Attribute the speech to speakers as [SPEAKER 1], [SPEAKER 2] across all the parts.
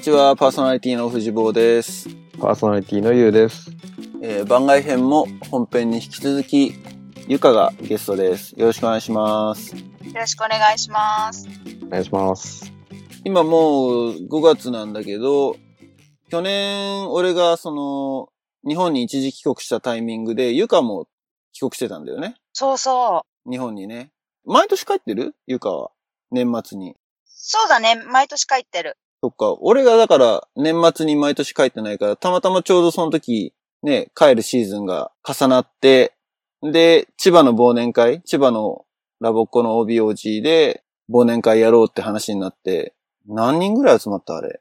[SPEAKER 1] ちは、パーソナリティの藤坊です。
[SPEAKER 2] パーソナリティのゆうです。
[SPEAKER 1] えー番外編も本編に引き続き、ゆかがゲストです。よろしくお願いします。
[SPEAKER 3] よろしくお願いします。
[SPEAKER 2] お願いします。
[SPEAKER 1] 今もう5月なんだけど、去年俺がその、日本に一時帰国したタイミングで、ゆかも帰国してたんだよね。
[SPEAKER 3] そうそう。
[SPEAKER 1] 日本にね。毎年帰ってるゆかは。年末に。
[SPEAKER 3] そうだね。毎年帰ってる。
[SPEAKER 1] そっか。俺がだから年末に毎年帰ってないから、たまたまちょうどその時、ね、帰るシーズンが重なって、で、千葉の忘年会、千葉のラボっ子の OBOG で忘年会やろうって話になって、何人ぐらい集まったあれ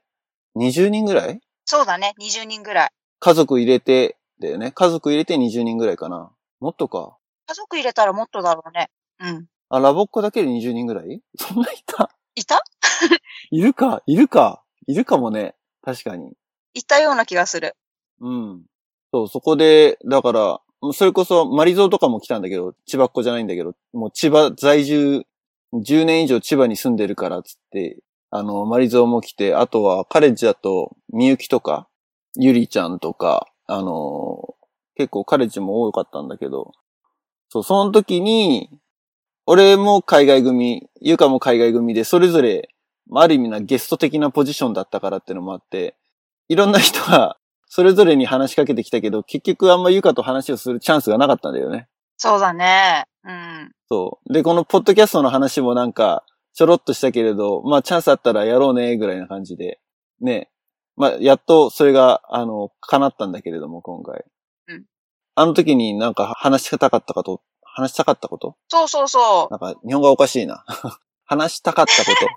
[SPEAKER 1] ?20 人ぐらい
[SPEAKER 3] そうだね。20人ぐらい。
[SPEAKER 1] 家族入れて、だよね。家族入れて20人ぐらいかな。もっとか。
[SPEAKER 3] 家族入れたらもっとだろうね。うん。
[SPEAKER 1] あ、ラボっ子だけで20人ぐらい そんないた
[SPEAKER 3] いた
[SPEAKER 1] いるかいるかいるかもね。確かに。
[SPEAKER 3] いたような気がする。
[SPEAKER 1] うん。そう、そこで、だから、もうそれこそ、マリゾーとかも来たんだけど、千葉っ子じゃないんだけど、もう千葉在住、10年以上千葉に住んでるから、つって、あの、マリゾーも来て、あとは、カレッジだと、みゆきとか、ゆりちゃんとか、あの、結構カレッジも多かったんだけど、そう、その時に、俺も海外組、ゆかも海外組で、それぞれ、まあある意味なゲスト的なポジションだったからってのもあって、いろんな人が、それぞれに話しかけてきたけど、結局あんまゆかと話をするチャンスがなかったんだよね。
[SPEAKER 3] そうだね。うん。
[SPEAKER 1] そう。で、このポッドキャストの話もなんか、ちょろっとしたけれど、まあチャンスあったらやろうね、ぐらいな感じで。ね。まあ、やっとそれが、あの、叶ったんだけれども、今回。
[SPEAKER 3] うん。
[SPEAKER 1] あの時になんか話したかったこと、話したかったこと
[SPEAKER 3] そうそうそ
[SPEAKER 1] なんか、日本語がおかしいな。 話したかったこと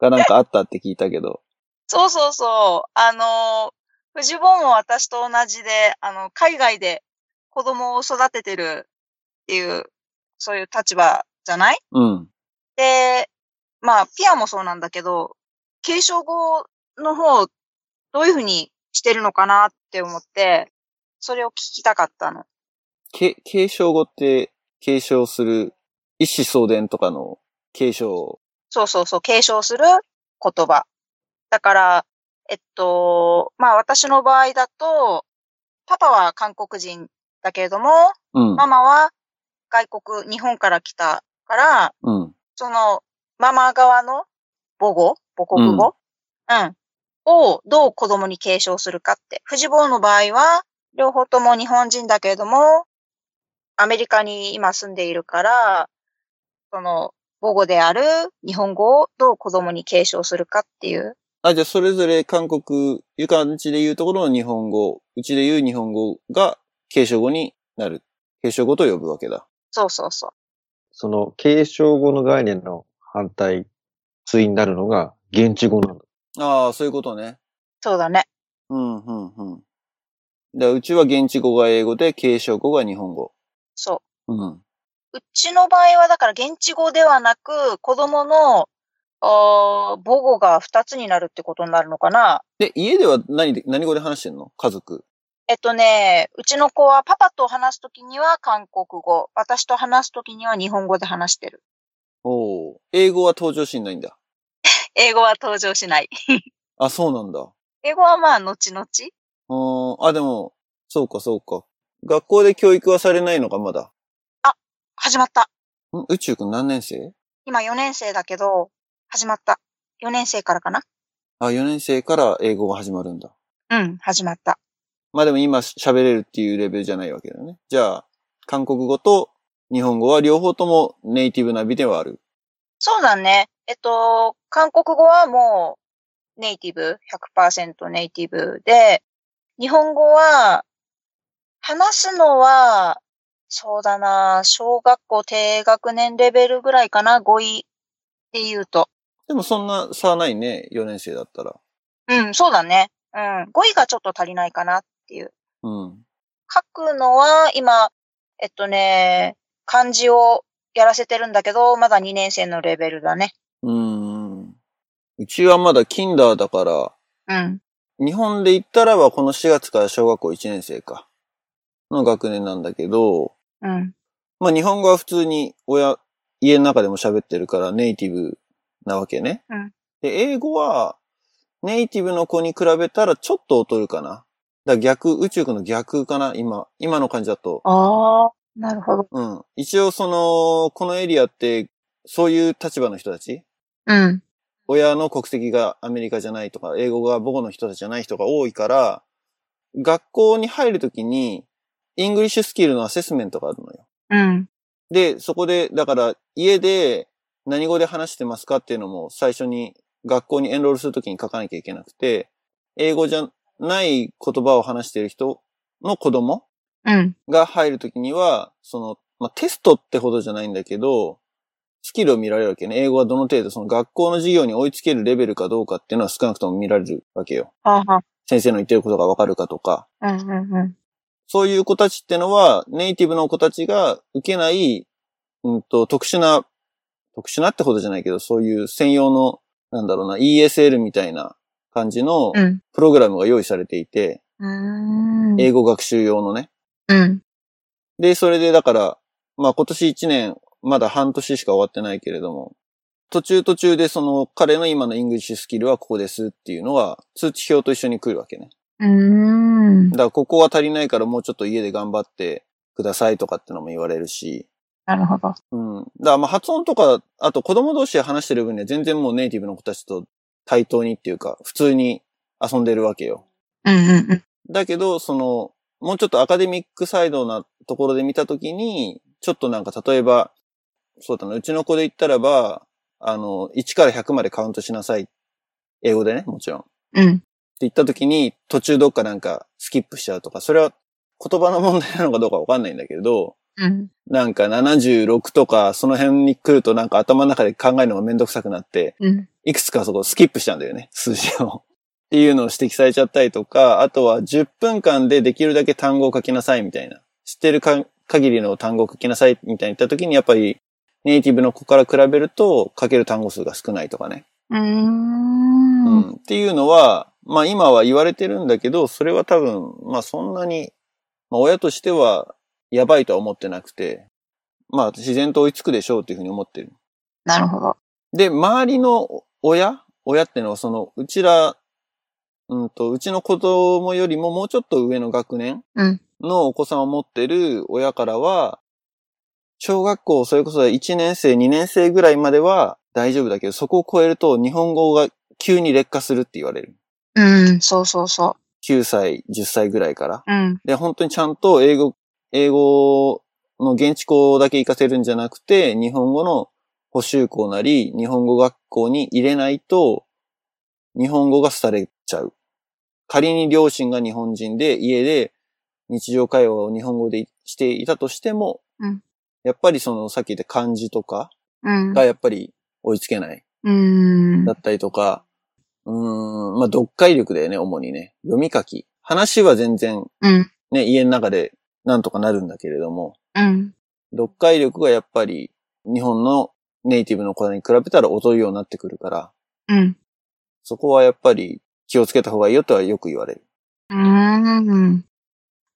[SPEAKER 1] がなんかあったって聞いたけど。
[SPEAKER 3] う。そうそうそう。あのー、藤本も私と同じで、あの、海外で子供を育ててるっていう、そういう立場じゃない
[SPEAKER 1] うん。
[SPEAKER 3] で、まあ、ピアもそうなんだけど、継承語の方、どういうふうにしてるのかなって思って、それを聞きたかったの。
[SPEAKER 1] け、継承語って、継承する、一子相伝とかの継承。
[SPEAKER 3] そうそうそう、継承する言葉。だから、えっと、まあ私の場合だと、パパは韓国人だけれども、
[SPEAKER 1] うん。
[SPEAKER 3] ママは外国、日本から来たから、
[SPEAKER 1] うん。
[SPEAKER 3] その、ママ側の母語母国語、うん、をどう子供に継承するかって。藤坊の場合は、両方とも日本人だけれども、アメリカに今住んでいるから、その、母語である日本語をどう子供に継承するかっていう。
[SPEAKER 1] あ、じゃあそれぞれ韓国、ゆかんちで言うところの日本語、うちで言う日本語が継承語になる。継承語と呼ぶわけだ。
[SPEAKER 3] そうそうそう。
[SPEAKER 2] その、継承語の概念の反対、対になるのが、現地語なんだ。
[SPEAKER 1] ああ、そういうことね。
[SPEAKER 3] そうだね。
[SPEAKER 1] うん、うん、うん。だからうちは現地語が英語で、継承語が日本語。
[SPEAKER 3] そ
[SPEAKER 1] うん。
[SPEAKER 3] う。うちの場合はだから現地語ではなく、子供の、あー母語が二つになるってことになるのかな
[SPEAKER 1] で、家では何で、何語で話してんの家族。
[SPEAKER 3] えっとね、うちの子はパパと話すときには韓国語、私と話すときには日本語で話してる。
[SPEAKER 1] おお。英語は登場しないんだ。
[SPEAKER 3] 英語は登場しない。
[SPEAKER 1] あ、そうなんだ。
[SPEAKER 3] 英語はまあ、後々。
[SPEAKER 1] うーん、あ、でも、そうか、そうか。学校で教育はされないのか、まだ。
[SPEAKER 3] 始まった。
[SPEAKER 1] ん宇宙くん何年生
[SPEAKER 3] 今4年生だけど、始まった。4年生からかな
[SPEAKER 1] あ、4年生から英語が始まるんだ。
[SPEAKER 3] うん、始まった。
[SPEAKER 1] まあでも今喋れるっていうレベルじゃないわけだよね。じゃあ、韓国語と日本語は両方ともネイティブな美ではある。
[SPEAKER 3] そうだね。えっと、韓国語はもうネイティブ、100%ネイティブで、日本語は、話すのは、そうだな、小学校低学年レベルぐらいかな、語彙で言うと。
[SPEAKER 1] でもそんな差はないね、4年生だったら。
[SPEAKER 3] うん、そうだね。うん、語彙がちょっと足りないかな。
[SPEAKER 1] うん。
[SPEAKER 3] 書くのは、今、えっとね、漢字をやらせてるんだけど、まだ2年生のレベルだね。
[SPEAKER 1] うーん。うちはまだ Kinder だから、
[SPEAKER 3] うん。
[SPEAKER 1] 日本で言ったらばこの4月から小学校1年生か。の学年なんだけど、
[SPEAKER 3] うん。
[SPEAKER 1] まあ日本語は普通に親、家の中でも喋ってるからネイティブなわけね。
[SPEAKER 3] うん
[SPEAKER 1] で、英語は、ネイティブの子に比べたらちょっと劣るかな。だから逆、宇宙区の逆かな、今、今の感じだと。
[SPEAKER 3] ああ、なるほど。
[SPEAKER 1] うん。一応その、このエリアって、そういう立場の人たち
[SPEAKER 3] うん。
[SPEAKER 1] 親の国籍がアメリカじゃないとか、英語が母語の人たちじゃない人が多いから、学校に入るときに、イングリッシュスキルのアセスメントがあるのよ。
[SPEAKER 3] うん。
[SPEAKER 1] で、そこで、だから、家で何語で話してますかっていうのも最初に学校にエンロールするときに書かなきゃいけなくて、英語じゃない言葉を話している人の子供
[SPEAKER 3] うん。
[SPEAKER 1] が入るときには、その、まあ、テストってほどじゃないんだけど、スキルを見られるわけね。英語はどの程度その学校の授業に追いつけるレベルかどうかっていうのは少なくとも見られるわけよ。
[SPEAKER 3] はあは
[SPEAKER 1] 先生の言ってることがわかるかとか。
[SPEAKER 3] あ。うんうんうん。
[SPEAKER 1] そういう子たちってのは、ネイティブの子たちが受けない、うんと、特殊な、特殊なってことじゃないけど、そういう専用の、なんだろうな、ESL みたいな感じの
[SPEAKER 3] うん。
[SPEAKER 1] プログラムが用意されていて、
[SPEAKER 3] うーん。
[SPEAKER 1] 英語学習用のね。
[SPEAKER 3] うん。
[SPEAKER 1] で、それでだから、まあ今年1年、まだ半年しか終わってないけれども、途中途中でその彼の今のイングリッシュスキルはここですっていうのは通知表と一緒に来るわけね。
[SPEAKER 3] うーん
[SPEAKER 1] だ。からここは足りないからもうちょっと家で頑張ってくださいとかってのも言われるし、
[SPEAKER 3] なるほど。
[SPEAKER 1] うん。だからまあ発音とか、あと子供同士で話してる分には全然もうネイティブの子たちと対等にっていうか、普通に遊んでるわけよ。
[SPEAKER 3] うんうんうん。
[SPEAKER 1] だけど、その、もうちょっとアカデミックサイドなところで見たときに、ちょっとなんか例えば、そうだな、うちの子で言ったらば、あの、1から100までカウントしなさい。英語でね、もちろん。って
[SPEAKER 3] うん。
[SPEAKER 1] 言ったときに、途中どっかなんかスキップしちゃうとか、それは言葉の問題なのかどうかわかんないんだけど、
[SPEAKER 3] うん。
[SPEAKER 1] なんか76とか、その辺に来るとなんか頭の中で考えるのがめんどくさくなって、
[SPEAKER 3] うん。
[SPEAKER 1] いくつかそこスキップしちゃうんだよね、数字を。 っていうのを指摘されちゃったりとか、あとは10分間でできるだけ単語を書きなさいみたいな。知ってるか限りの単語を書きなさいみたいに言った時に、やっぱりネイティブの子から比べると書ける単語数が少ないとかね。
[SPEAKER 3] うー。
[SPEAKER 1] うんん。っていうのは、まあ今は言われてるんだけど、それは多分、まあそんなに、まあ親としてはやばいとは思ってなくて、まあ自然と追いつくでしょうというふうに思ってる。
[SPEAKER 3] なるほど。
[SPEAKER 1] で、周りの親親ってのはその、うちら、うんと、うちの子供よりももうちょっと上の学年
[SPEAKER 3] うん
[SPEAKER 1] のお子さんを持ってる親からは、小学校、それこそ1年生、2年生ぐらいまでは大丈夫だけど、そこを超えると日本語が急に劣化するって言われる。
[SPEAKER 3] うん。そうそうそ
[SPEAKER 1] 9歳、10歳ぐらいから。
[SPEAKER 3] う。うん。
[SPEAKER 1] で、本当にちゃんと英語、英語の現地校だけ行かせるんじゃなくて、日本語の補習校なり、日本語学校に入れないと、日本語が廃れちゃう。仮に両親が日本人で、家で日常会話を日本語でしていたとしても、
[SPEAKER 3] うん
[SPEAKER 1] やっぱりその、さっき言った漢字とか
[SPEAKER 3] うん。
[SPEAKER 1] がやっぱり追いつけない。
[SPEAKER 3] うん
[SPEAKER 1] だ。ったりとか、うーん、まあ、読解力だよね、主にね。読み書き。話は全然
[SPEAKER 3] うん。
[SPEAKER 1] ね、家の中でなんとかなるんだけれども、
[SPEAKER 3] うん。
[SPEAKER 1] 読解力がやっぱり日本のネイティブの子に比べたら劣るようになってくるから、
[SPEAKER 3] うん。
[SPEAKER 1] そこはやっぱり気をつけた方がいいよとはよく言われる。
[SPEAKER 3] うーん。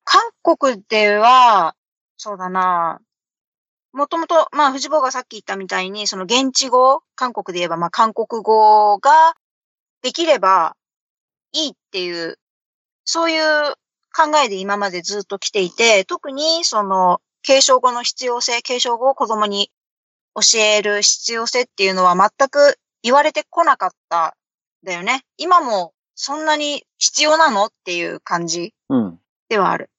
[SPEAKER 3] 韓国では、そうだな。もともと、まあ、藤坊がさっき言ったみたいに、その現地語、韓国で言えば、まあ、韓国語ができればいいっていう、そういう考えで今までずっと来ていて、特にその継承語の必要性、継承語を子供に教える必要性っていうのは全く言われてこなかったんだよね。今もそんなに必要なのっていう感じ
[SPEAKER 1] うん。
[SPEAKER 3] ではある。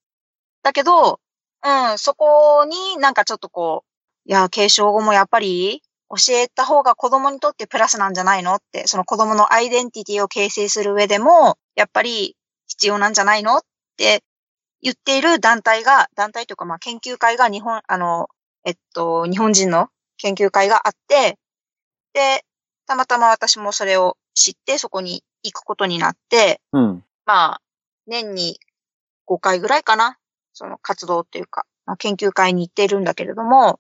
[SPEAKER 3] だけど、うん、そこになんかちょっとこう、いや、継承語もやっぱり教えた方が子供にとってプラスなんじゃないのって、その子供のアイデンティティを形成する上でも、やっぱり必要なんじゃないのって言っている団体が、団体というかまあ研究会が日本、あの、えっと、日本人の研究会があって、で、たまたま私もそれを知って、そこに行くことになって、
[SPEAKER 1] うん。
[SPEAKER 3] まあ、年に5回ぐらいかな。その活動っていうか、まあ、研究会に行っているんだけれども、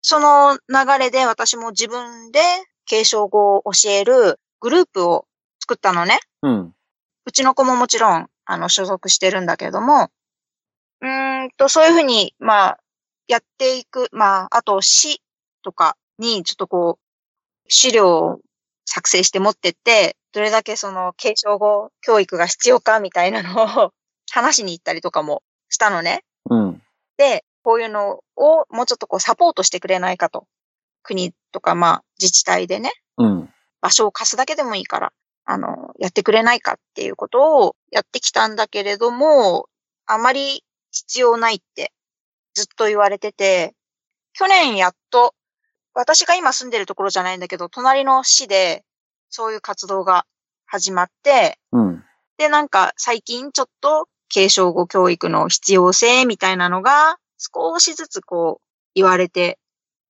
[SPEAKER 3] その流れで私も自分で継承語を教えるグループを作ったのね。
[SPEAKER 1] うん。
[SPEAKER 3] うちの子ももちろん、あの、所属してるんだけれども、うーんと、そういうふうに、まあ、やっていく、まあ、あと、市とかに、ちょっとこう、資料を作成して持ってって、どれだけその継承語教育が必要かみたいなのを話しに行ったりとかもしたのね。
[SPEAKER 1] うん。
[SPEAKER 3] で、こういうのをもうちょっとこうサポートしてくれないかと。国とかまあ自治体でね、
[SPEAKER 1] うん。
[SPEAKER 3] 場所を貸すだけでもいいから、あの、やってくれないかっていうことをやってきたんだけれども、あまり必要ないってずっと言われてて、去年やっと、私が今住んでるところじゃないんだけど、隣の市でそういう活動が始まって、
[SPEAKER 1] うん。
[SPEAKER 3] で、なんか最近ちょっと継承語教育の必要性みたいなのが少しずつこう言われて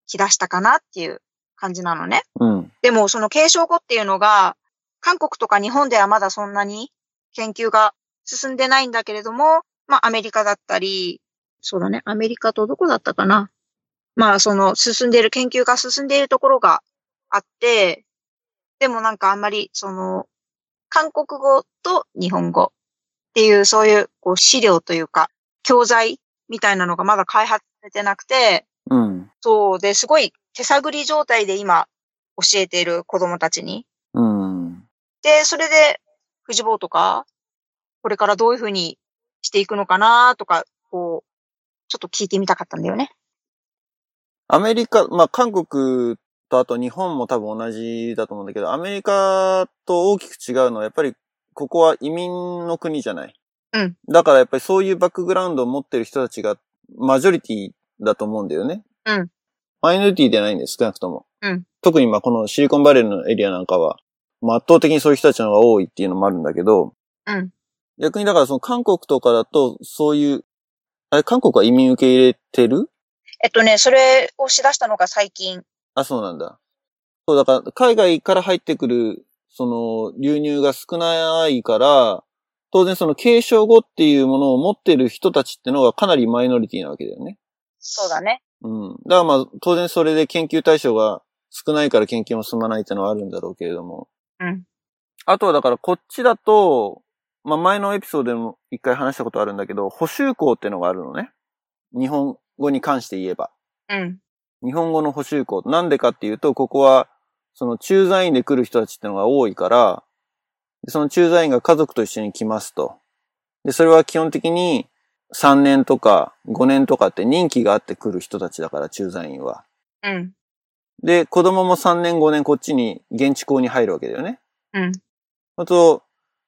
[SPEAKER 3] きだしたかなっていう感じなのね。
[SPEAKER 1] うん。
[SPEAKER 3] でもその継承語っていうのが、韓国とか日本ではまだそんなに研究が進んでないんだけれども、まあアメリカだったり、そうだね、アメリカとどこだったかな。まあその進んでいる、研究が進んでいるところがあって、でもなんかあんまりその、韓国語と日本語っていうそういうこう資料というか、教材みたいなのがまだ開発されてなくて、
[SPEAKER 1] うん。
[SPEAKER 3] そうで、すごい手探り状態で今教えている子供たちに。
[SPEAKER 1] うん。
[SPEAKER 3] で、それで、藤坊とか、これからどういうふうにしていくのかなとか、こう、ちょっと聞いてみたかったんだよね。
[SPEAKER 1] アメリカ、まあ、韓国とあと日本も多分同じだと思うんだけど、アメリカと大きく違うのは、やっぱりここは移民の国じゃない。
[SPEAKER 3] うん。
[SPEAKER 1] だからやっぱりそういうバックグラウンドを持ってる人たちがマジョリティだと思うんだよね。
[SPEAKER 3] うん。
[SPEAKER 1] マイノリティではないんです、少なくとも。
[SPEAKER 3] うん。
[SPEAKER 1] 特にまあこのシリコンバレーのエリアなんかは、まあ圧倒的にそういう人たちの方が多いっていうのもあるんだけど、
[SPEAKER 3] うん。
[SPEAKER 1] 逆にだからその韓国とかだと、そういう、あれ、韓国は移民受け入れてる
[SPEAKER 3] えっとね、それをしだしたのが最近。
[SPEAKER 1] あ、そうなんだ。そう、だから、海外から入ってくる、その、流入が少ないから、当然その継承語っていうものを持ってる人たちってのがかなりマイノリティなわけだよね。
[SPEAKER 3] そうだね。
[SPEAKER 1] うん。だからまあ、当然それで研究対象が少ないから研究も進まないってのはあるんだろうけれども。
[SPEAKER 3] うん。
[SPEAKER 1] あとはだからこっちだと、まあ前のエピソードでも一回話したことあるんだけど、補修校ってのがあるのね。日本語に関して言えば。
[SPEAKER 3] うん。
[SPEAKER 1] 日本語の補修校。なんでかっていうと、ここは、その駐在員で来る人たちってのが多いから、でその駐在員が家族と一緒に来ますと。で、それは基本的に3年とか5年とかって任期があって来る人たちだから、駐在員は。
[SPEAKER 3] うん。
[SPEAKER 1] で、子供も3年5年こっちに現地校に入るわけだよね。
[SPEAKER 3] うん。
[SPEAKER 1] あと、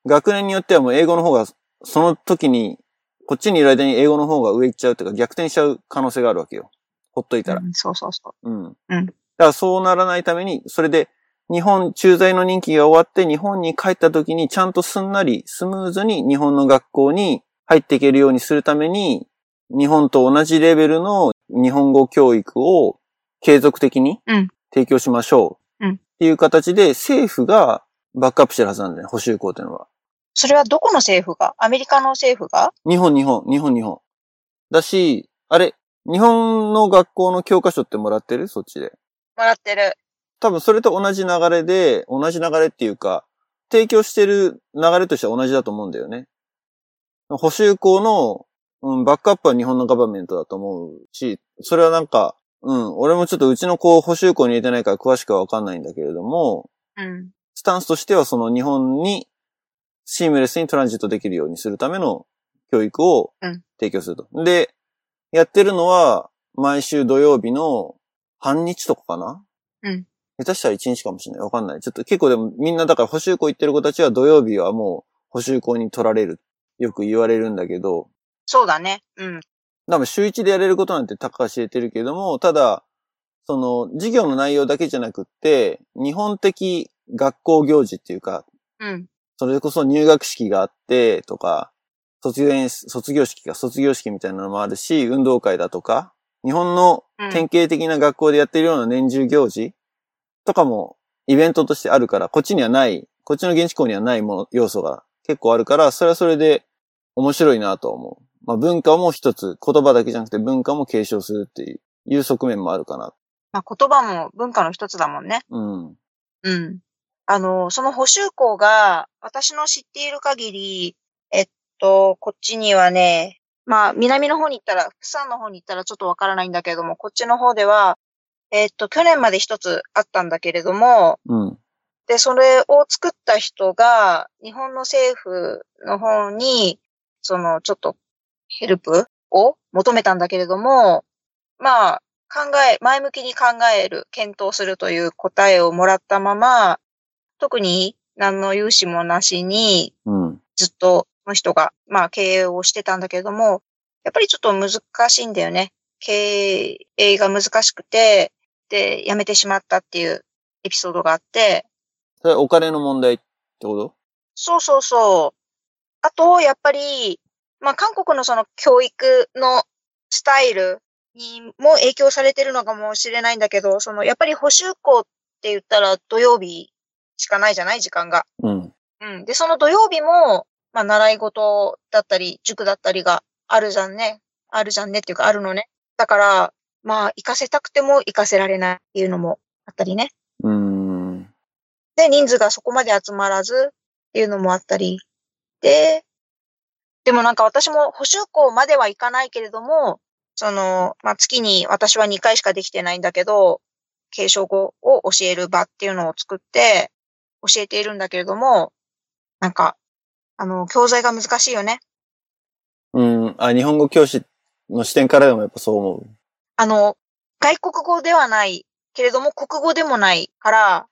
[SPEAKER 1] 学年によってはもう英語の方が、その時に、こっちにいる間に英語の方が上行っちゃうというか逆転しちゃう可能性があるわけよ。ほっといたら。
[SPEAKER 3] うんそうそうそう。
[SPEAKER 1] うん。
[SPEAKER 3] うん
[SPEAKER 1] だからそうならないために、それで、日本、駐在の任期が終わって、日本に帰った時に、ちゃんとすんなり、スムーズに日本の学校に入っていけるようにするために、日本と同じレベルの日本語教育を継続的に
[SPEAKER 3] うん
[SPEAKER 1] 提供しましょう。
[SPEAKER 3] うん
[SPEAKER 1] っていう形で、政府がバックアップしてるはずなんだよね、補修校っていうのは。
[SPEAKER 3] それはどこの政府がアメリカの政府が
[SPEAKER 1] 日本、日本、日本、日本。だし、あれ、日本の学校の教科書ってもらってるそっちで。
[SPEAKER 3] もらってる。
[SPEAKER 1] 多分それと同じ流れで、同じ流れっていうか、提供してる流れとしては同じだと思うんだよね。補修校の、うん、バックアップは日本のガバメントだと思うし、それはなんか、うん、俺もちょっとうちの子を補修校に入れてないから詳しくはわかんないんだけれども、
[SPEAKER 3] うん。
[SPEAKER 1] スタンスとしてはその日本にシームレスにトランジットできるようにするための教育を
[SPEAKER 3] うん
[SPEAKER 1] 提供すると。で、やってるのは毎週土曜日の半日とかかな
[SPEAKER 3] うん。
[SPEAKER 1] 下手したら1日かもしれない。わかんない。ちょっと結構でもみんなだから補修校行ってる子たちは土曜日はもう補修校に取られる。よく言われるんだけど、
[SPEAKER 3] そうだね。うん。
[SPEAKER 1] 多分週1でやれることなんて高橋知れてるけども、ただ、その、授業の内容だけじゃなくって、日本的学校行事っていうか、
[SPEAKER 3] うん。
[SPEAKER 1] それこそ入学式があってとか、卒業演出卒業式が卒業式みたいなのもあるし、運動会だとか、日本の
[SPEAKER 3] うん
[SPEAKER 1] 典型的な学校でやってるような年中行事とかもイベントとしてあるから、こっちにはない、こっちの現地校にはないもの、要素が結構あるから、それはそれで面白いなとは思う。まあ文化も一つ、言葉だけじゃなくて文化も継承するっていう、いう側面もあるかな。
[SPEAKER 3] まあ言葉も文化の一つだもんね。
[SPEAKER 1] うん。
[SPEAKER 3] うん。あの、その補修校が、私の知っている限り、えっと、こっちにはね、まあ、南の方に行ったら、釜山の方に行ったらちょっとわからないんだけども、こっちの方では、えっと、去年まで一つあったんだけれども、
[SPEAKER 1] うん。
[SPEAKER 3] で、それを作った人が、日本の政府の方に、その、ちょっと、ヘルプを求めたんだけれども、まあ、考え、前向きに考える、検討するという答えをもらったまま、特に何の融資もなしに、
[SPEAKER 1] うん。
[SPEAKER 3] ずっとその人が、まあ、経営をしてたんだけれども、やっぱりちょっと難しいんだよね。経営が難しくて、で、辞めてしまったっていうエピソードがあって、
[SPEAKER 1] それお金の問題ってこと
[SPEAKER 3] そうそうそう。あと、やっぱり、まあ、韓国のその教育のスタイルにも影響されてるのかもしれないんだけど、その、やっぱり補修校って言ったら土曜日しかないじゃない時間が。
[SPEAKER 1] うん。
[SPEAKER 3] うん。で、その土曜日も、まあ、習い事だったり、塾だったりがあるじゃんね。あるじゃんねっていうか、あるのね。だから、まあ、行かせたくても行かせられないっていうのもあったりね。
[SPEAKER 1] うーん。
[SPEAKER 3] で、人数がそこまで集まらずっていうのもあったり。で、でもなんか私も補修校まではいかないけれども、その、まあ、月に私は2回しかできてないんだけど、継承語を教える場っていうのを作って教えているんだけれども、なんか、あの、教材が難しいよね。
[SPEAKER 1] うん。あ、日本語教師の視点からでもやっぱそう思
[SPEAKER 3] あの、外国語ではないけれども、国語でもないから、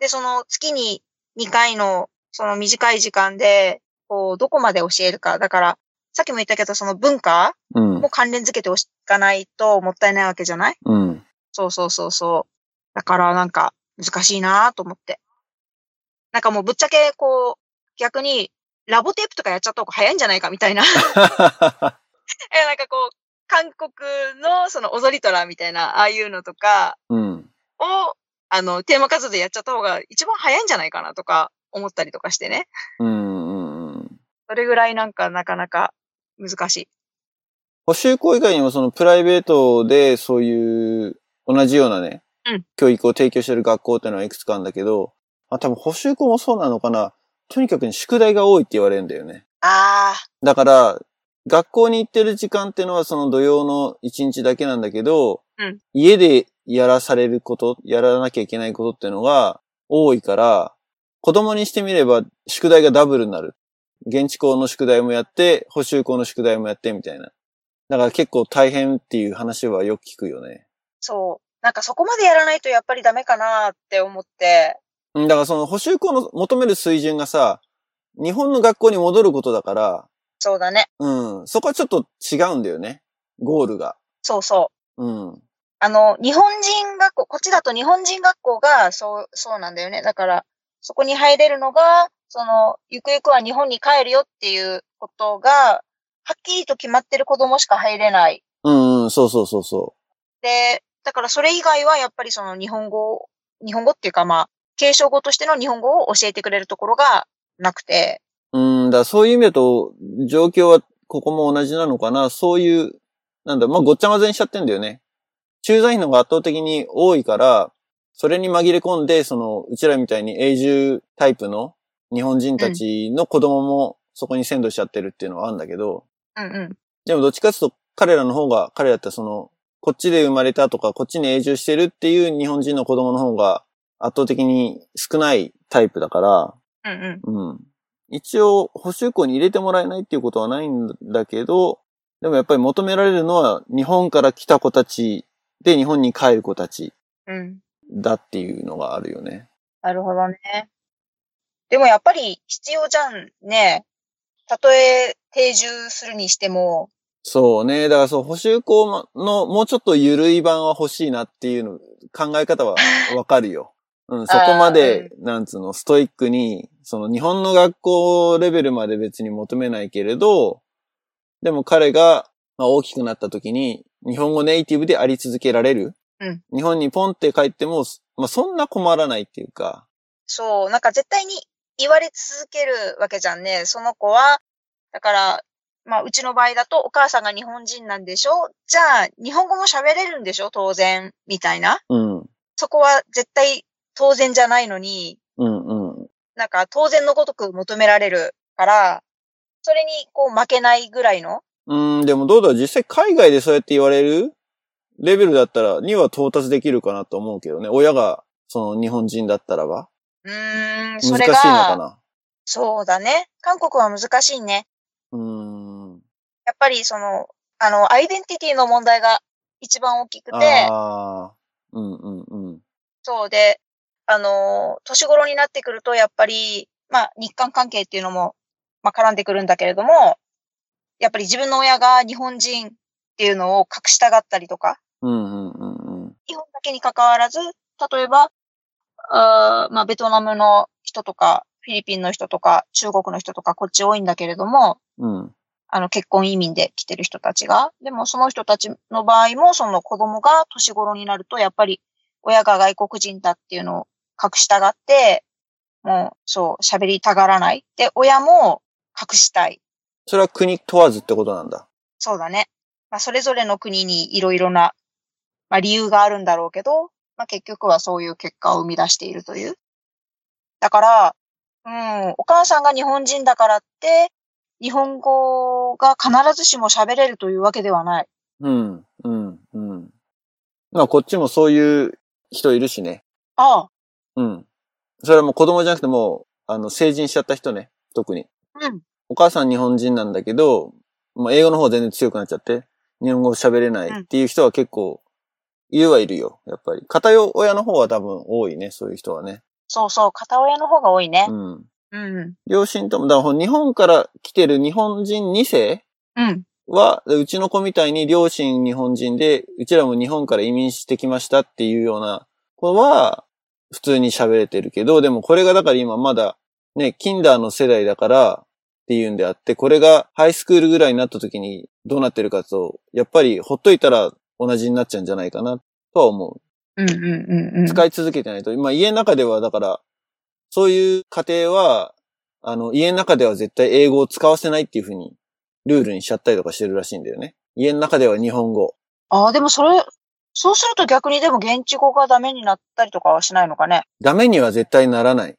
[SPEAKER 3] で、その月に2回の、その短い時間で、こう、どこまで教えるか。だから、さっきも言ったけど、その文化
[SPEAKER 1] う。うん
[SPEAKER 3] も。関連づけておかないともったいないわけじゃない
[SPEAKER 1] うん。
[SPEAKER 3] そうそうそうそう。だから、なんか、難しいなと思って。なんかもう、ぶっちゃけ、こう、逆に、ラボテープとかやっちゃった方が早いんじゃないかみたいな。 え、なんかこう、韓国のその踊りラみたいな、ああいうのとか
[SPEAKER 1] うん。
[SPEAKER 3] を、あの、テーマ活動でやっちゃった方が一番早いんじゃないかなとか思ったりとかしてね。
[SPEAKER 1] うんうん。うん。
[SPEAKER 3] それぐらいなんかなかなか難しい。
[SPEAKER 1] 補修校以外にもそのプライベートでそういう同じようなね、
[SPEAKER 3] うん
[SPEAKER 1] 教育を提供してる学校っていうのはいくつかあるんだけど、まあ多分補修校もそうなのかな。とにかくね宿題が多いって言われるんだよね。
[SPEAKER 3] あ
[SPEAKER 1] だから、学校に行ってる時間っていうのはその土曜の一日だけなんだけど、
[SPEAKER 3] うん
[SPEAKER 1] 家でやらされること、やらなきゃいけないことっていうのが多いから、子供にしてみれば宿題がダブルになる。現地校の宿題もやって、補習校の宿題もやってみたいな。だから結構大変っていう話はよく聞くよね。
[SPEAKER 3] そう。なんかそこまでやらないとやっぱりダメかなって思って。
[SPEAKER 1] うんだからその補習校の求める水準がさ、日本の学校に戻ることだから、
[SPEAKER 3] そうだね。
[SPEAKER 1] うん、そこはちょっと違うんだよね。ゴールが。
[SPEAKER 3] そうそう。
[SPEAKER 1] うん。
[SPEAKER 3] あの、日本人学校、こっちだと日本人学校がそう、そうなんだよね。だから、そこに入れるのが、その、ゆくゆくは日本に帰るよっていうことが、はっきりと決まってる子供しか入れない。
[SPEAKER 1] うんうん、そうそうそうそ
[SPEAKER 3] で、だからそれ以外はやっぱりその日本語を、日本語っていうかまあ、継承語としての日本語を教えてくれるところがなくて、
[SPEAKER 1] う。うん、だからそういう意味だと、状況はここも同じなのかな。そういう、なんだ、まあ、ごっちゃ混ぜにしちゃってんだよね。駐在費の方が圧倒的に多いから、それに紛れ込んで、その、うちらみたいに永住タイプの日本人たちの子供もそこに先導しちゃってるっていうのはあるんだけど、
[SPEAKER 3] うんうん。
[SPEAKER 1] でもどっちかっていうと彼らの方が、彼らってその、こっちで生まれたとか、こっちに永住してるっていう日本人の子供の方が圧倒的に少ないタイプだから、
[SPEAKER 3] うんうん。
[SPEAKER 1] うん。一応、補修校に入れてもらえないっていうことはないんだけど、でもやっぱり求められるのは日本から来た子たちで日本に帰る子たち
[SPEAKER 3] うん。
[SPEAKER 1] だっていうのがあるよね。
[SPEAKER 3] なるほどね。でもやっぱり必要じゃんね。たとえ定住するにしても、
[SPEAKER 1] そうね。だからそう、補修校のもうちょっと緩い版は欲しいなっていうの、考え方はわかるよ。うん、そこまで、なんつうの、ストイックに、その日本の学校レベルまで別に求めないけれど、でも彼が、まあ、大きくなった時に、日本語ネイティブであり続けられる。
[SPEAKER 3] うん
[SPEAKER 1] 日本にポンって帰っても、まあ、そんな困らないっていうか、
[SPEAKER 3] そう、なんか絶対に言われ続けるわけじゃんね。その子は、だから、まあ、うちの場合だと、お母さんが日本人なんでしょじゃあ、日本語も喋れるんでしょ当然、みたいな。
[SPEAKER 1] うん、
[SPEAKER 3] そこは絶対当然じゃないのに、
[SPEAKER 1] うん、うん。
[SPEAKER 3] なんか当然のごとく求められるから、それにこう負けないぐらいの。
[SPEAKER 1] うん、でもどうだろう実際海外でそうやって言われるレベルだったらには到達できるかなと思うけどね。親が、その日本人だったらば。
[SPEAKER 3] うーん、
[SPEAKER 1] 難しい
[SPEAKER 3] そ
[SPEAKER 1] の
[SPEAKER 3] れ
[SPEAKER 1] か
[SPEAKER 3] が、
[SPEAKER 1] な
[SPEAKER 3] そうだね。韓国は難しいね。
[SPEAKER 1] うーん。
[SPEAKER 3] やっぱりその、あの、アイデンティティの問題が一番大きくて、
[SPEAKER 1] ああ。うんうんうん。
[SPEAKER 3] そうで、あの、年頃になってくると、やっぱり、まあ、日韓関係っていうのも、まあ、絡んでくるんだけれども、やっぱり自分の親が日本人っていうのを隠したがったりとか、
[SPEAKER 1] うんうんうんうん。
[SPEAKER 3] 日本だけに関わらず、例えば、あーまあ、ベトナムの人とか、フィリピンの人とか、中国の人とか、こっち多いんだけれども、
[SPEAKER 1] うん。
[SPEAKER 3] あの、結婚移民で来てる人たちが。でも、その人たちの場合も、その子供が年頃になると、やっぱり、親が外国人だっていうのを隠したがって、もう、そう、喋りたがらない。で、親も隠したい。
[SPEAKER 1] それは国問わずってことなんだ。
[SPEAKER 3] そうだね。まあ、それぞれの国にいろいろな、まあ、理由があるんだろうけど、まあ、結局はそういう結果を生み出しているという。だから、うん、お母さんが日本人だからって、日本語が必ずしも喋れるというわけではない。
[SPEAKER 1] うん。うん。うん。まあこっちもそういう人いるしね。
[SPEAKER 3] ああ、
[SPEAKER 1] うん。それはもう子供じゃなくてもう、あの、成人しちゃった人ね。特に。
[SPEAKER 3] うん、
[SPEAKER 1] お母さん日本人なんだけど、まあ、英語の方全然強くなっちゃって、日本語喋れないっていう人は結構、いるはいるよ、やっぱり。片親の方は多分多いね、そういう人はね。
[SPEAKER 3] そうそう、片親の方が多いね
[SPEAKER 1] う。ん。
[SPEAKER 3] うん、
[SPEAKER 1] 両親とも、だから日本から来てる日本人2世
[SPEAKER 3] うん、
[SPEAKER 1] は、うちの子みたいに両親日本人で、うちらも日本から移民してきましたっていうような子は、普通に喋れてるけど、でもこれがだから今まだ、ね、キンダーの世代だからっていうんであって、これがハイスクールぐらいになった時にどうなってるかと、やっぱりほっといたら同じになっちゃうんじゃないかなとは思う。
[SPEAKER 3] うん、うん、うん、うん。
[SPEAKER 1] 使い続けてないと、今家の中ではだから、そういう家庭は、あの、家の中では絶対英語を使わせないっていうふうに、ルールにしちゃったりとかしてるらしいんだよね。家の中では日本語。
[SPEAKER 3] ああ、でもそれ、そうすると逆にでも現地語がダメになったりとかはしないのかね。
[SPEAKER 1] ダメには絶対ならない。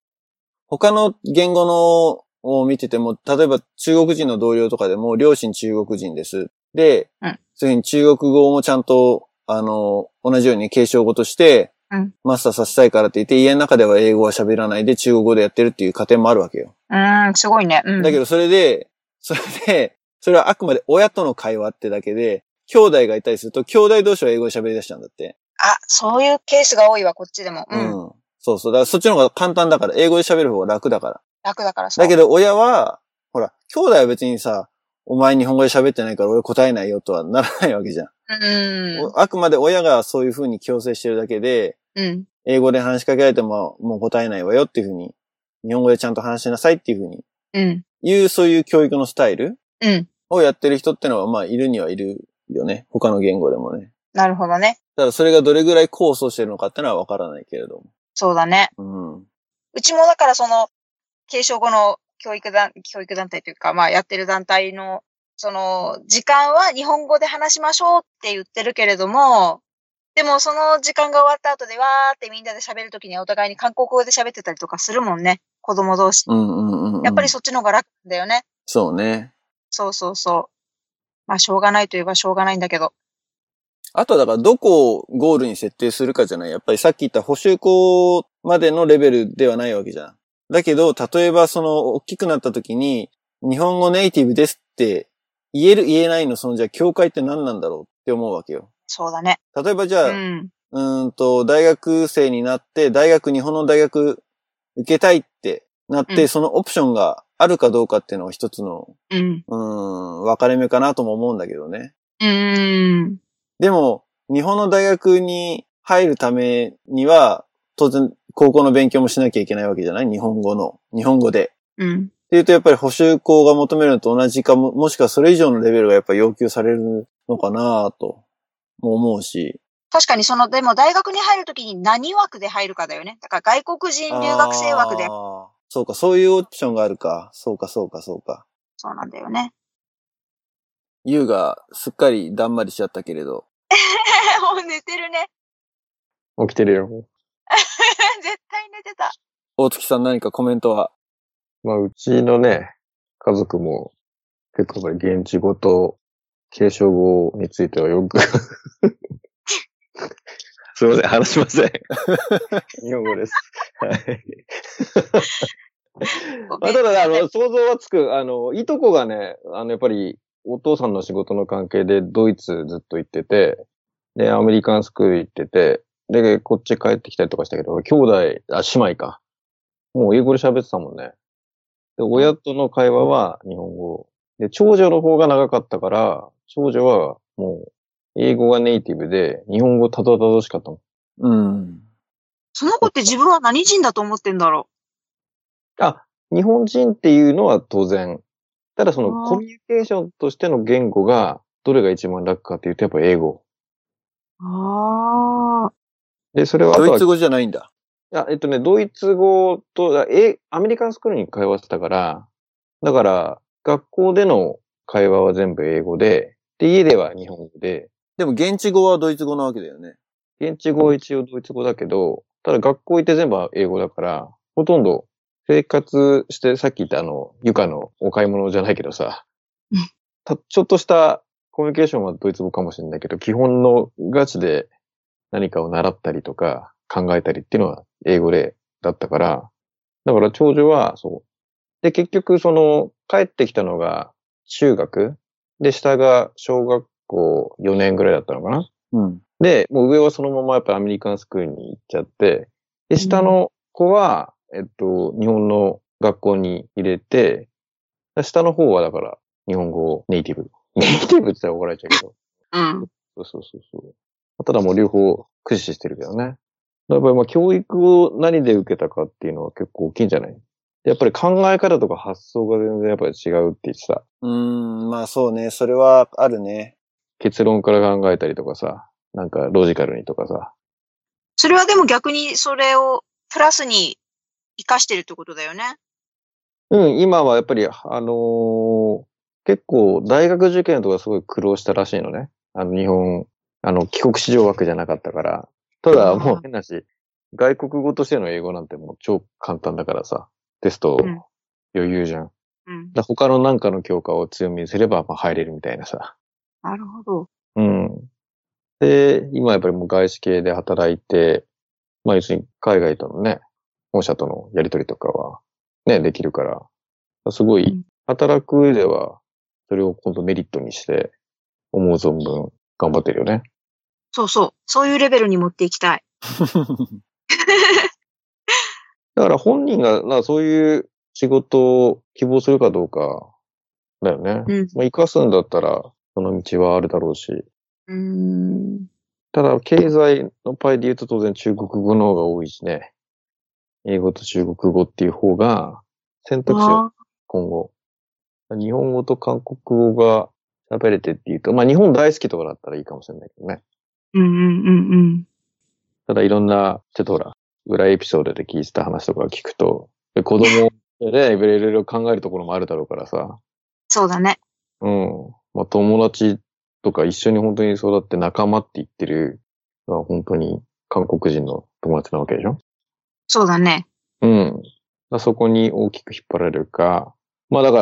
[SPEAKER 1] 他の言語のを見てても、例えば中国人の同僚とかでも、両親中国人です。で、
[SPEAKER 3] うん
[SPEAKER 1] そういうふうに中国語もちゃんと、あの、同じように継承語として、
[SPEAKER 3] うん
[SPEAKER 1] マスターさせたいからって言って、家の中では英語は喋らないで中国語でやってるっていう家庭もあるわけよ。
[SPEAKER 3] うーん、すごいね。うん。
[SPEAKER 1] だけどそれで、それで、それはあくまで親との会話ってだけで、兄弟がいたりすると、兄弟同士は英語で喋り出しちゃうんだって。
[SPEAKER 3] あ、そういうケースが多いわ、こっちでも。うん。
[SPEAKER 1] うん。そうそう。だからそっちの方が簡単だから、英語で喋る方が楽だから。
[SPEAKER 3] 楽だからそう。
[SPEAKER 1] だけど親は、ほら、兄弟は別にさ、お前日本語で喋ってないから俺答えないよとはならないわけじゃん。
[SPEAKER 3] うん。
[SPEAKER 1] あくまで親がそういう風に強制してるだけで、
[SPEAKER 3] うん。
[SPEAKER 1] 英語で話しかけられてももう答えないわよっていう風に、日本語でちゃんと話しなさいっていう風に、
[SPEAKER 3] うん。
[SPEAKER 1] いうそういう教育のスタイル
[SPEAKER 3] うん。
[SPEAKER 1] をやってる人ってのはまあいるにはいるよね。他の言語でもね。
[SPEAKER 3] なるほどね。
[SPEAKER 1] ただそれがどれぐらい構想してるのかってのはわからないけれど
[SPEAKER 3] そうだね。
[SPEAKER 1] も。
[SPEAKER 3] うちもだからその、継承後の教育団、教育団体というか、まあやってる団体の、その、時間は日本語で話しましょうって言ってるけれども、でもその時間が終わった後でわーってみんなで喋るときにはお互いに韓国語で喋ってたりとかするもんね。子供同士。
[SPEAKER 1] うん。うんうんうん、うん。
[SPEAKER 3] やっぱりそっちの方が楽だよね。
[SPEAKER 1] そうね。
[SPEAKER 3] そうそうそう。まあしょうがないといえばしょうがないんだけど。
[SPEAKER 1] あとはだからどこをゴールに設定するかじゃない。やっぱりさっき言った補修校までのレベルではないわけじゃん。だけど、例えばその大きくなった時に、日本語ネイティブですって言える言えないの、そのじゃあ境界って何なんだろうって思うわけよ。
[SPEAKER 3] そうだね。
[SPEAKER 1] 例えばじ
[SPEAKER 3] う。
[SPEAKER 1] ゃあ、うんーんと、大学生になって、大学、日本の大学受けたいってなって、
[SPEAKER 3] うん
[SPEAKER 1] そのオプションがあるかどうかっていうのが一つの、
[SPEAKER 3] うん。
[SPEAKER 1] うーん、分かれ目かなとも思うんだけどね。
[SPEAKER 3] うーん。
[SPEAKER 1] でも、日本の大学に入るためには、当然、高校の勉強もしなきゃいけないわけじゃない日本語の。日本語で。
[SPEAKER 3] うん。
[SPEAKER 1] っていうと、やっぱり補修校が求めるのと同じかも、もしくはそれ以上のレベルがやっぱ要求されるのかなと、も思うし。
[SPEAKER 3] 確かにその、でも大学に入るときに何枠で入るかだよね。だから外国人留学生枠で
[SPEAKER 1] あ。ーそうか、そういうオプションがあるか。そうか、そうか、そうか。
[SPEAKER 3] そうなんだよね。
[SPEAKER 1] ユウがすっかりだんまりしちゃったけれど。
[SPEAKER 3] もう寝てるね。
[SPEAKER 2] 起きてるよ。
[SPEAKER 3] 絶対寝てた。
[SPEAKER 1] 大月さん何かコメントは
[SPEAKER 2] まあ、うちのね、家族も結構やっぱり現地語と継承語についてはよく、 すいません、話しません。 日本語です。はい。まあ、ただね、あの、想像はつく、あの、いとこがね、あの、やっぱり、お父さんの仕事の関係でドイツずっと行ってて、で、アメリカンスクール行ってて、で、こっち帰ってきたりとかしたけど、兄弟、あ、姉妹か。もう英語で喋ってたもんね。で、親との会話は日本語。で、長女の方が長かったから、長女はもう、英語がネイティブで、日本語たどたどしかったもん。
[SPEAKER 1] うん。
[SPEAKER 3] その子って自分は何人だと思ってんだろ
[SPEAKER 2] あ、日本人っていうのは当然。ただその
[SPEAKER 3] あー
[SPEAKER 2] コミュニケーションとしての言語が、どれが一番楽かっていうとやっぱ英語。
[SPEAKER 3] う。ああ。
[SPEAKER 2] で、それはあと
[SPEAKER 1] ド
[SPEAKER 2] は
[SPEAKER 1] イツ語じゃないんだ。
[SPEAKER 2] あえっとね、ドイツ語と、あえ、アメリカンスクールに通わせたから、だから、学校での会話は全部英語で、で、家では日本語で、
[SPEAKER 1] でも現地語はドイツ語なわけだよね。
[SPEAKER 2] 現地語は一応ドイツ語だけど、ただ学校行って全部英語だから、ほとんど生活して、さっき言ったあの、床のお買い物じゃないけどさ
[SPEAKER 3] うん、
[SPEAKER 2] たちょっとしたコミュニケーションはドイツ語かもしれないけど、基本のガチで何かを習ったりとか考えたりっていうのは英語でだったから、だから長女はそう。で、結局その帰ってきたのが中学で、下が小学校4年ぐらいだったのかな
[SPEAKER 1] うん。
[SPEAKER 2] で、もう上はそのままやっぱアメリカンスクールに行っちゃって、で、下の子は、えっと、日本の学校に入れて、下の方はだから、日本語をネイティブ。 ネイティブって言ったら怒られちゃうけど。
[SPEAKER 3] うん。
[SPEAKER 2] そうそうそうそう。ただもう両方駆使してるけどね。やっぱりまあ教育を何で受けたかっていうのは結構大きいんじゃないやっぱり考え方とか発想が全然やっぱり違うって言ってた。
[SPEAKER 1] うーん、まあそうね。それはあるね。
[SPEAKER 2] 結論から考えたりとかさ、なんかロジカルにとかさ。
[SPEAKER 3] それはでも逆にそれをプラスに活かしてるってことだよね。
[SPEAKER 2] うん、今はやっぱり、あのー結構大学受験とかすごい苦労したらしいのね。あの、日本、あの、帰国子女枠じゃなかったから。ただ、
[SPEAKER 3] あー
[SPEAKER 2] もう変なし、外国語としての英語なんてもう超簡単だからさ、テスト
[SPEAKER 3] うん
[SPEAKER 2] 余裕じゃん。
[SPEAKER 3] うん。
[SPEAKER 2] だ他のなんかの教科を強みにすれば、まあ、入れるみたいなさ。
[SPEAKER 3] なるほど。
[SPEAKER 2] うん。で、今やっぱりもう外資系で働いて、まあ要するに海外とのね、本社とのやりとりとかはね、できるから、すご
[SPEAKER 3] う
[SPEAKER 2] い
[SPEAKER 3] ん、
[SPEAKER 2] 働く上では、それを今度メリットにして、思う存分頑張ってるよね。
[SPEAKER 3] そうそう。そういうレベルに持っていきたい。
[SPEAKER 2] だから本人が、なそういう仕事を希望するかどうか、だよね。
[SPEAKER 3] うん。
[SPEAKER 2] まあ生かすんだったら、その道はあるだろうし、
[SPEAKER 3] うーん。
[SPEAKER 2] ただ、経済のパイで言うと当然中国語の方が多いしね。英語と中国語っていう方が選択肢
[SPEAKER 3] あ
[SPEAKER 2] は今後。日本語と韓国語が喋れてっていうと、まあ日本大好きとかだったらいいかもしれないけどね。
[SPEAKER 3] うんうんうんうん。
[SPEAKER 2] ただいろんな、ちょっとほら、裏エピソードで聞いてた話とか聞くと、で子供でね、いろいろ考えるところもあるだろうからさ。
[SPEAKER 3] そうだね。
[SPEAKER 2] うん。まあ、友達とか一緒に本当に育って仲間って言ってるのは本当に韓国人の友達なわけでしょ
[SPEAKER 3] そうだね。
[SPEAKER 2] うん。だからそこに大きく引っ張られるか。まあだか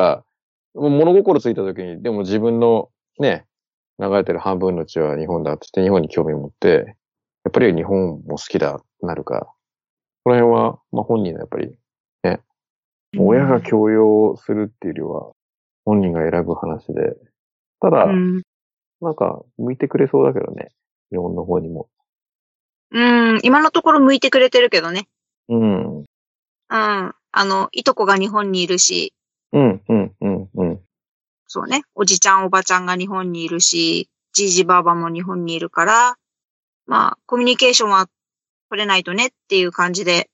[SPEAKER 2] ら、物心ついた時に、でも自分のね、流れてる半分の血は日本だって言って日本に興味持って、やっぱり日本も好きだ、なるか。この辺は、まあ本人のやっぱり、親が強要するっていうよりは、本人が選ぶ話で。ただ、
[SPEAKER 3] うん。
[SPEAKER 2] なんか、向いてくれそうだけどね。日本の方にも。
[SPEAKER 3] うん。今のところ向いてくれてるけどね。
[SPEAKER 2] うん。
[SPEAKER 3] うん。あの、いとこが日本にいるし、
[SPEAKER 2] うん、うん、うん、 うん。
[SPEAKER 3] そうね。おじちゃん、おばちゃんが日本にいるし、じいじばあばも日本にいるから、まあ、コミュニケーションは取れないとねっていう感じで、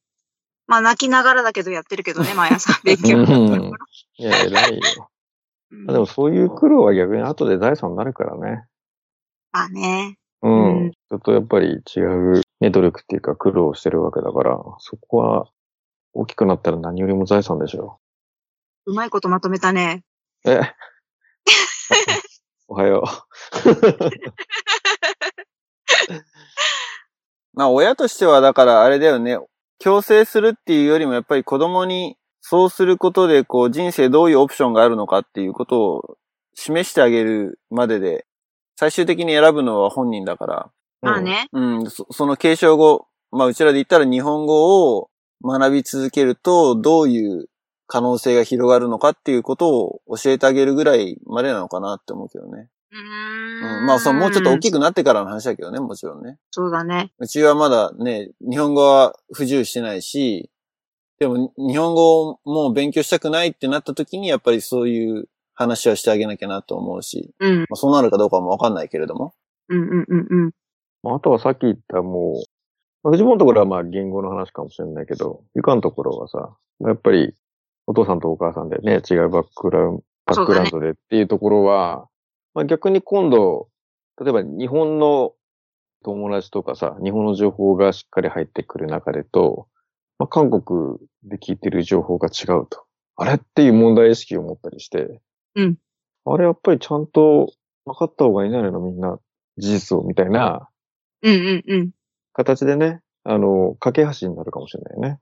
[SPEAKER 3] まあ、泣きながらだけどやってるけ どね、毎朝勉強。
[SPEAKER 2] うんいや、偉いよ。
[SPEAKER 3] うん
[SPEAKER 2] でもそういう苦労は逆に後で財産になるからね。
[SPEAKER 3] まあね。
[SPEAKER 2] うん。
[SPEAKER 3] うん
[SPEAKER 2] ずっとやっぱり違う、ね、努力っていうか苦労をしてるわけだから、そこは大きくなったら何よりも財産でしょ
[SPEAKER 3] うまいことまとめたね。
[SPEAKER 2] う。 えおはよ
[SPEAKER 1] まあ親としてはだからあれだよね。強制するっていうよりもやっぱり子供にそうすることでこう人生どういうオプションがあるのかっていうことを示してあげるまでで最終的に選ぶのは本人だから、
[SPEAKER 3] まあ。ね。
[SPEAKER 1] うん、そその継承語、まあうちらで言ったら日本語を学び続けるとどういう可能性が広がるのかっていうことを教えてあげるぐらいまでなのかなって思うけどね。
[SPEAKER 3] う
[SPEAKER 1] う
[SPEAKER 3] ー
[SPEAKER 1] ん、
[SPEAKER 3] ん。
[SPEAKER 1] まあそう、もうちょっと大き
[SPEAKER 3] く。
[SPEAKER 1] くなってからの話だけどね、もちろんね。
[SPEAKER 3] そうだね。
[SPEAKER 1] うちはまだね、日本語は不自由してないし、でも日本語をもう勉強したくないってなった時にやっぱりそういう話はしてあげなきゃなと思うし、
[SPEAKER 3] うん。
[SPEAKER 1] まあ、そうなるかどうかもわかんないけれども。
[SPEAKER 3] うんうんうんうん。
[SPEAKER 2] まああとはさっき言ったもう、まあ藤本のところはまあ言語の話かもしれないけど、ゆかのところはさ、まあやっぱりお父さんとお母さんでね、違うバックグラウンド、バックグラウンドでっていうところは、まあ逆に今度、例えば日本の友達とかさ、日本の情報がしっかり入ってくる中でと、まあ韓国で聞いてる情報が違うと。あれっていう問題意識を持ったりして、
[SPEAKER 3] うん。
[SPEAKER 2] あれやっぱりちゃんと分かった方がいいんじゃないのみんな、事実をみたいな、
[SPEAKER 3] うんうんうん。
[SPEAKER 2] 形でね、あの、架け橋になるかもしれないよね。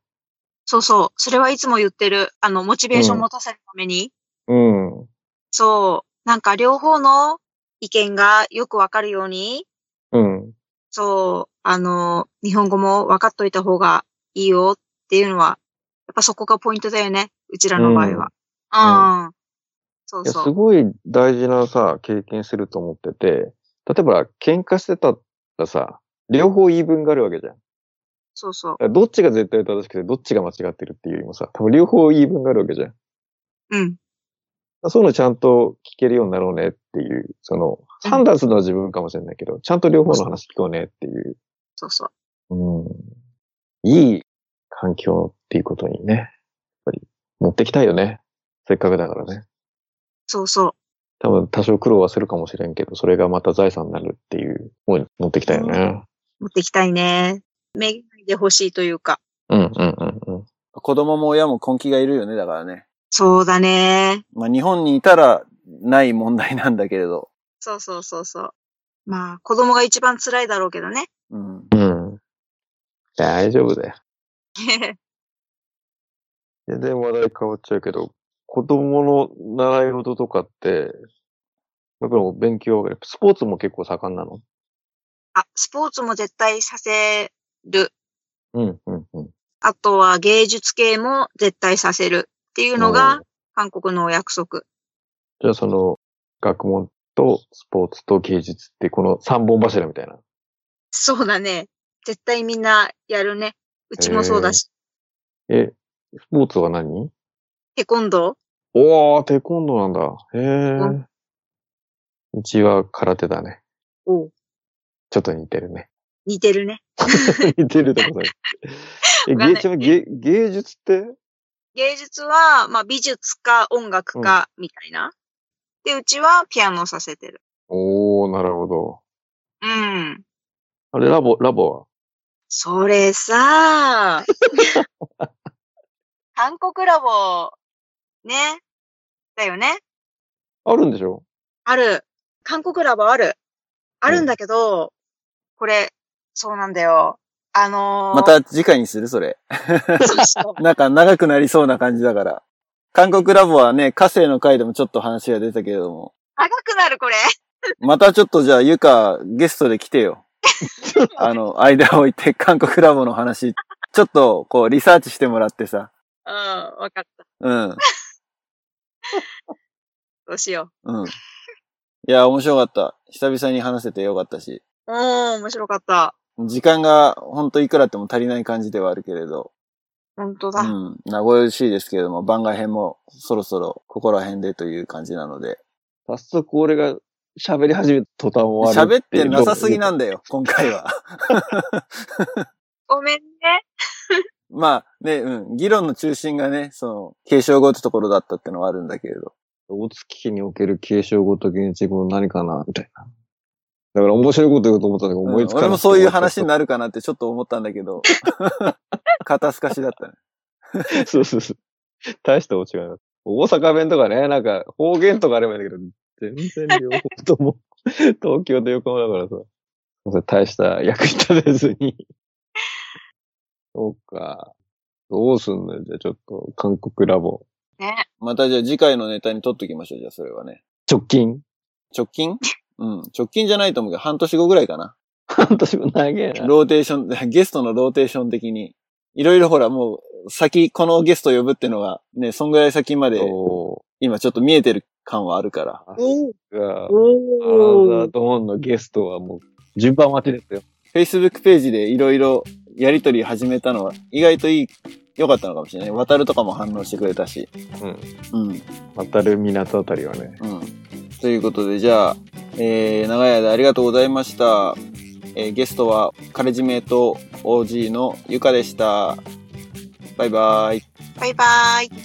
[SPEAKER 3] そうそう。それはいつも言ってる。あの、モチベーションを持たせるために。
[SPEAKER 2] うん。
[SPEAKER 3] そう。なんか両方の意見がよくわかるように、
[SPEAKER 2] うん。
[SPEAKER 3] そう、あの、日本語も分かっといた方がいいよっていうのは、やっぱそこがポイントだよね。うちらの場合は。うん。そう
[SPEAKER 2] いや、
[SPEAKER 3] そ
[SPEAKER 2] す
[SPEAKER 3] う。
[SPEAKER 2] ごい大事なさ、経験すると思ってて、例えば、喧嘩してたらさ、両方言い分があるわけじゃん。だ
[SPEAKER 3] そうそう。
[SPEAKER 2] からどっちが絶対正しくて、どっちが間違ってるっていうよりもさ、多分両方言い分があるわけじゃん。だか
[SPEAKER 3] うん。
[SPEAKER 2] らそういうのちゃんと聞けるようになろうねっていう、その、
[SPEAKER 3] うん
[SPEAKER 2] 判断するのは自分かもしれないけど、ちゃんと両方の話聞こうねっていう、
[SPEAKER 3] そうそう。
[SPEAKER 2] うん。いい環境っていうことにね、やっぱり持ってきたいよね。せっかくだからね。
[SPEAKER 3] そうそう。
[SPEAKER 2] 多分多少苦労はするかもしれんけど、それがまた財産になるっていう方に持ってきたよね。
[SPEAKER 3] 持ってきたいね。めげないでほしいというか。
[SPEAKER 2] うんうんうんうん。
[SPEAKER 1] 子供も親も根気がいるよね、だからね。
[SPEAKER 3] そうだね。
[SPEAKER 1] まあ日本にいたらない問題なんだけれど。
[SPEAKER 3] そうそうそうそう。まあ、子供が一番辛いだろうけどね。
[SPEAKER 1] うん。
[SPEAKER 2] うん。大丈夫だよ。全然話題変わっちゃうけど、子供の習い事とかって、僕らも勉強、スポーツも結構盛んなの
[SPEAKER 3] あ、スポーツも絶対させる。
[SPEAKER 2] うんうんうん。
[SPEAKER 3] あとは芸術系も絶対させるっていうの
[SPEAKER 2] うん
[SPEAKER 3] が韓国のお約束。
[SPEAKER 2] じゃあその、学問とスポーツと芸術ってこの三本柱みたいな。
[SPEAKER 3] そうだね。絶対みんなやるね。うちもそうだし。
[SPEAKER 2] え、スポーツは何
[SPEAKER 3] テコンドー
[SPEAKER 2] おー、テコンドーなんだ。へ
[SPEAKER 3] う
[SPEAKER 2] え。うちは空手だね。
[SPEAKER 3] おう
[SPEAKER 2] ちょっと似てるね。
[SPEAKER 3] 似てるね。
[SPEAKER 2] 似てるで ございます。え、
[SPEAKER 3] わか
[SPEAKER 2] 芸
[SPEAKER 3] んない
[SPEAKER 2] ちなみに芸芸術って
[SPEAKER 3] 芸術は、まあ、美術か音楽かみたいな。で、うちはピアノをさせてる。
[SPEAKER 2] おー、なるほど。
[SPEAKER 3] うん。
[SPEAKER 2] あれ、ラボ、ラボは
[SPEAKER 3] それ さ、韓国ラボ、ね。だよね。
[SPEAKER 2] あるんでしょ
[SPEAKER 3] ある。韓国ラボある。あるんだけど、これ、そうなんだよ。あのー、
[SPEAKER 1] ま、た次回にするそれ。
[SPEAKER 3] そうそう
[SPEAKER 1] なんか長くなりそうな感じだから。韓国ラボはね、火星の回でもちょっと話が出たけれども。
[SPEAKER 3] 長くなる、これ。
[SPEAKER 1] またちょっとじゃあ、ゆか、ゲストで来て よ。あの、間を置いて、韓国ラボの話、ちょっと、こう、リサーチしてもらってさ。
[SPEAKER 3] うん、わかった。
[SPEAKER 1] うん。
[SPEAKER 3] どうしよ
[SPEAKER 1] うん。いや、面白かった。久々に話せてよかったし。
[SPEAKER 3] う。うん、面白かった。
[SPEAKER 1] 時間が、ほんといくらあっても足りない感じではあるけれど。
[SPEAKER 3] 本当だ。
[SPEAKER 1] うん。名古屋しいですけれども、番外編もそろそろここら辺でという感じなので。
[SPEAKER 2] 早速俺が喋り始めた途端終わる
[SPEAKER 1] 喋っ
[SPEAKER 2] い
[SPEAKER 1] て
[SPEAKER 2] う
[SPEAKER 1] なさすぎなんだよ、今回は。
[SPEAKER 3] ごめんね。
[SPEAKER 1] まあね、うん。議論の中心がね、その、継承語ってところだったってのはあるんだけれど。
[SPEAKER 2] 大月における継承語と現地語の何かなみたいな。だから面白いこと言おうと思ったんだけど思い
[SPEAKER 1] うん
[SPEAKER 2] つかな
[SPEAKER 1] 俺
[SPEAKER 2] い、
[SPEAKER 1] もそういう話になるかなってちょっと思ったんだけ ど、肩透かしだったね。
[SPEAKER 2] そうそうそう。大した落ちがない。大阪弁とかね、なんか方言とかあればいいんだけど、全然両方とも、 東京と横浜だからさ。それ大した役に立てずに。そうか。どうすんのよじゃあちょっと、韓国ラボ。
[SPEAKER 3] ね。
[SPEAKER 1] またじゃあ次回のネタに取っときましょう、じゃあそれはね。
[SPEAKER 2] 直近
[SPEAKER 1] 直近うん。直近じゃないと思うけど、半年後ぐらいかな。
[SPEAKER 2] 半年も長えな。
[SPEAKER 1] ローテーション、 ゲストのローテーション的に。いろいろほら、もう、先、このゲスト呼ぶってのが、ね、そんぐらい先まで、
[SPEAKER 2] そ
[SPEAKER 1] 今ちょっと見えてる感はあるから。
[SPEAKER 2] うか。アナザ
[SPEAKER 3] お
[SPEAKER 2] ードーンのゲストはもう、順番待ちですよ。
[SPEAKER 1] Facebook ページでいろいろやりとり始めたのは、意外といい、良かったのかもしれない。渡るとかも反応してくれたし。
[SPEAKER 2] うん。
[SPEAKER 1] うん。
[SPEAKER 2] 渡る港あたりはね。
[SPEAKER 1] うん。ということで、じゃあ、えー、長い間ありがとうございました。えーゲストは、カレジメイト OG のゆかでした。バイバイ。
[SPEAKER 3] バイバイ。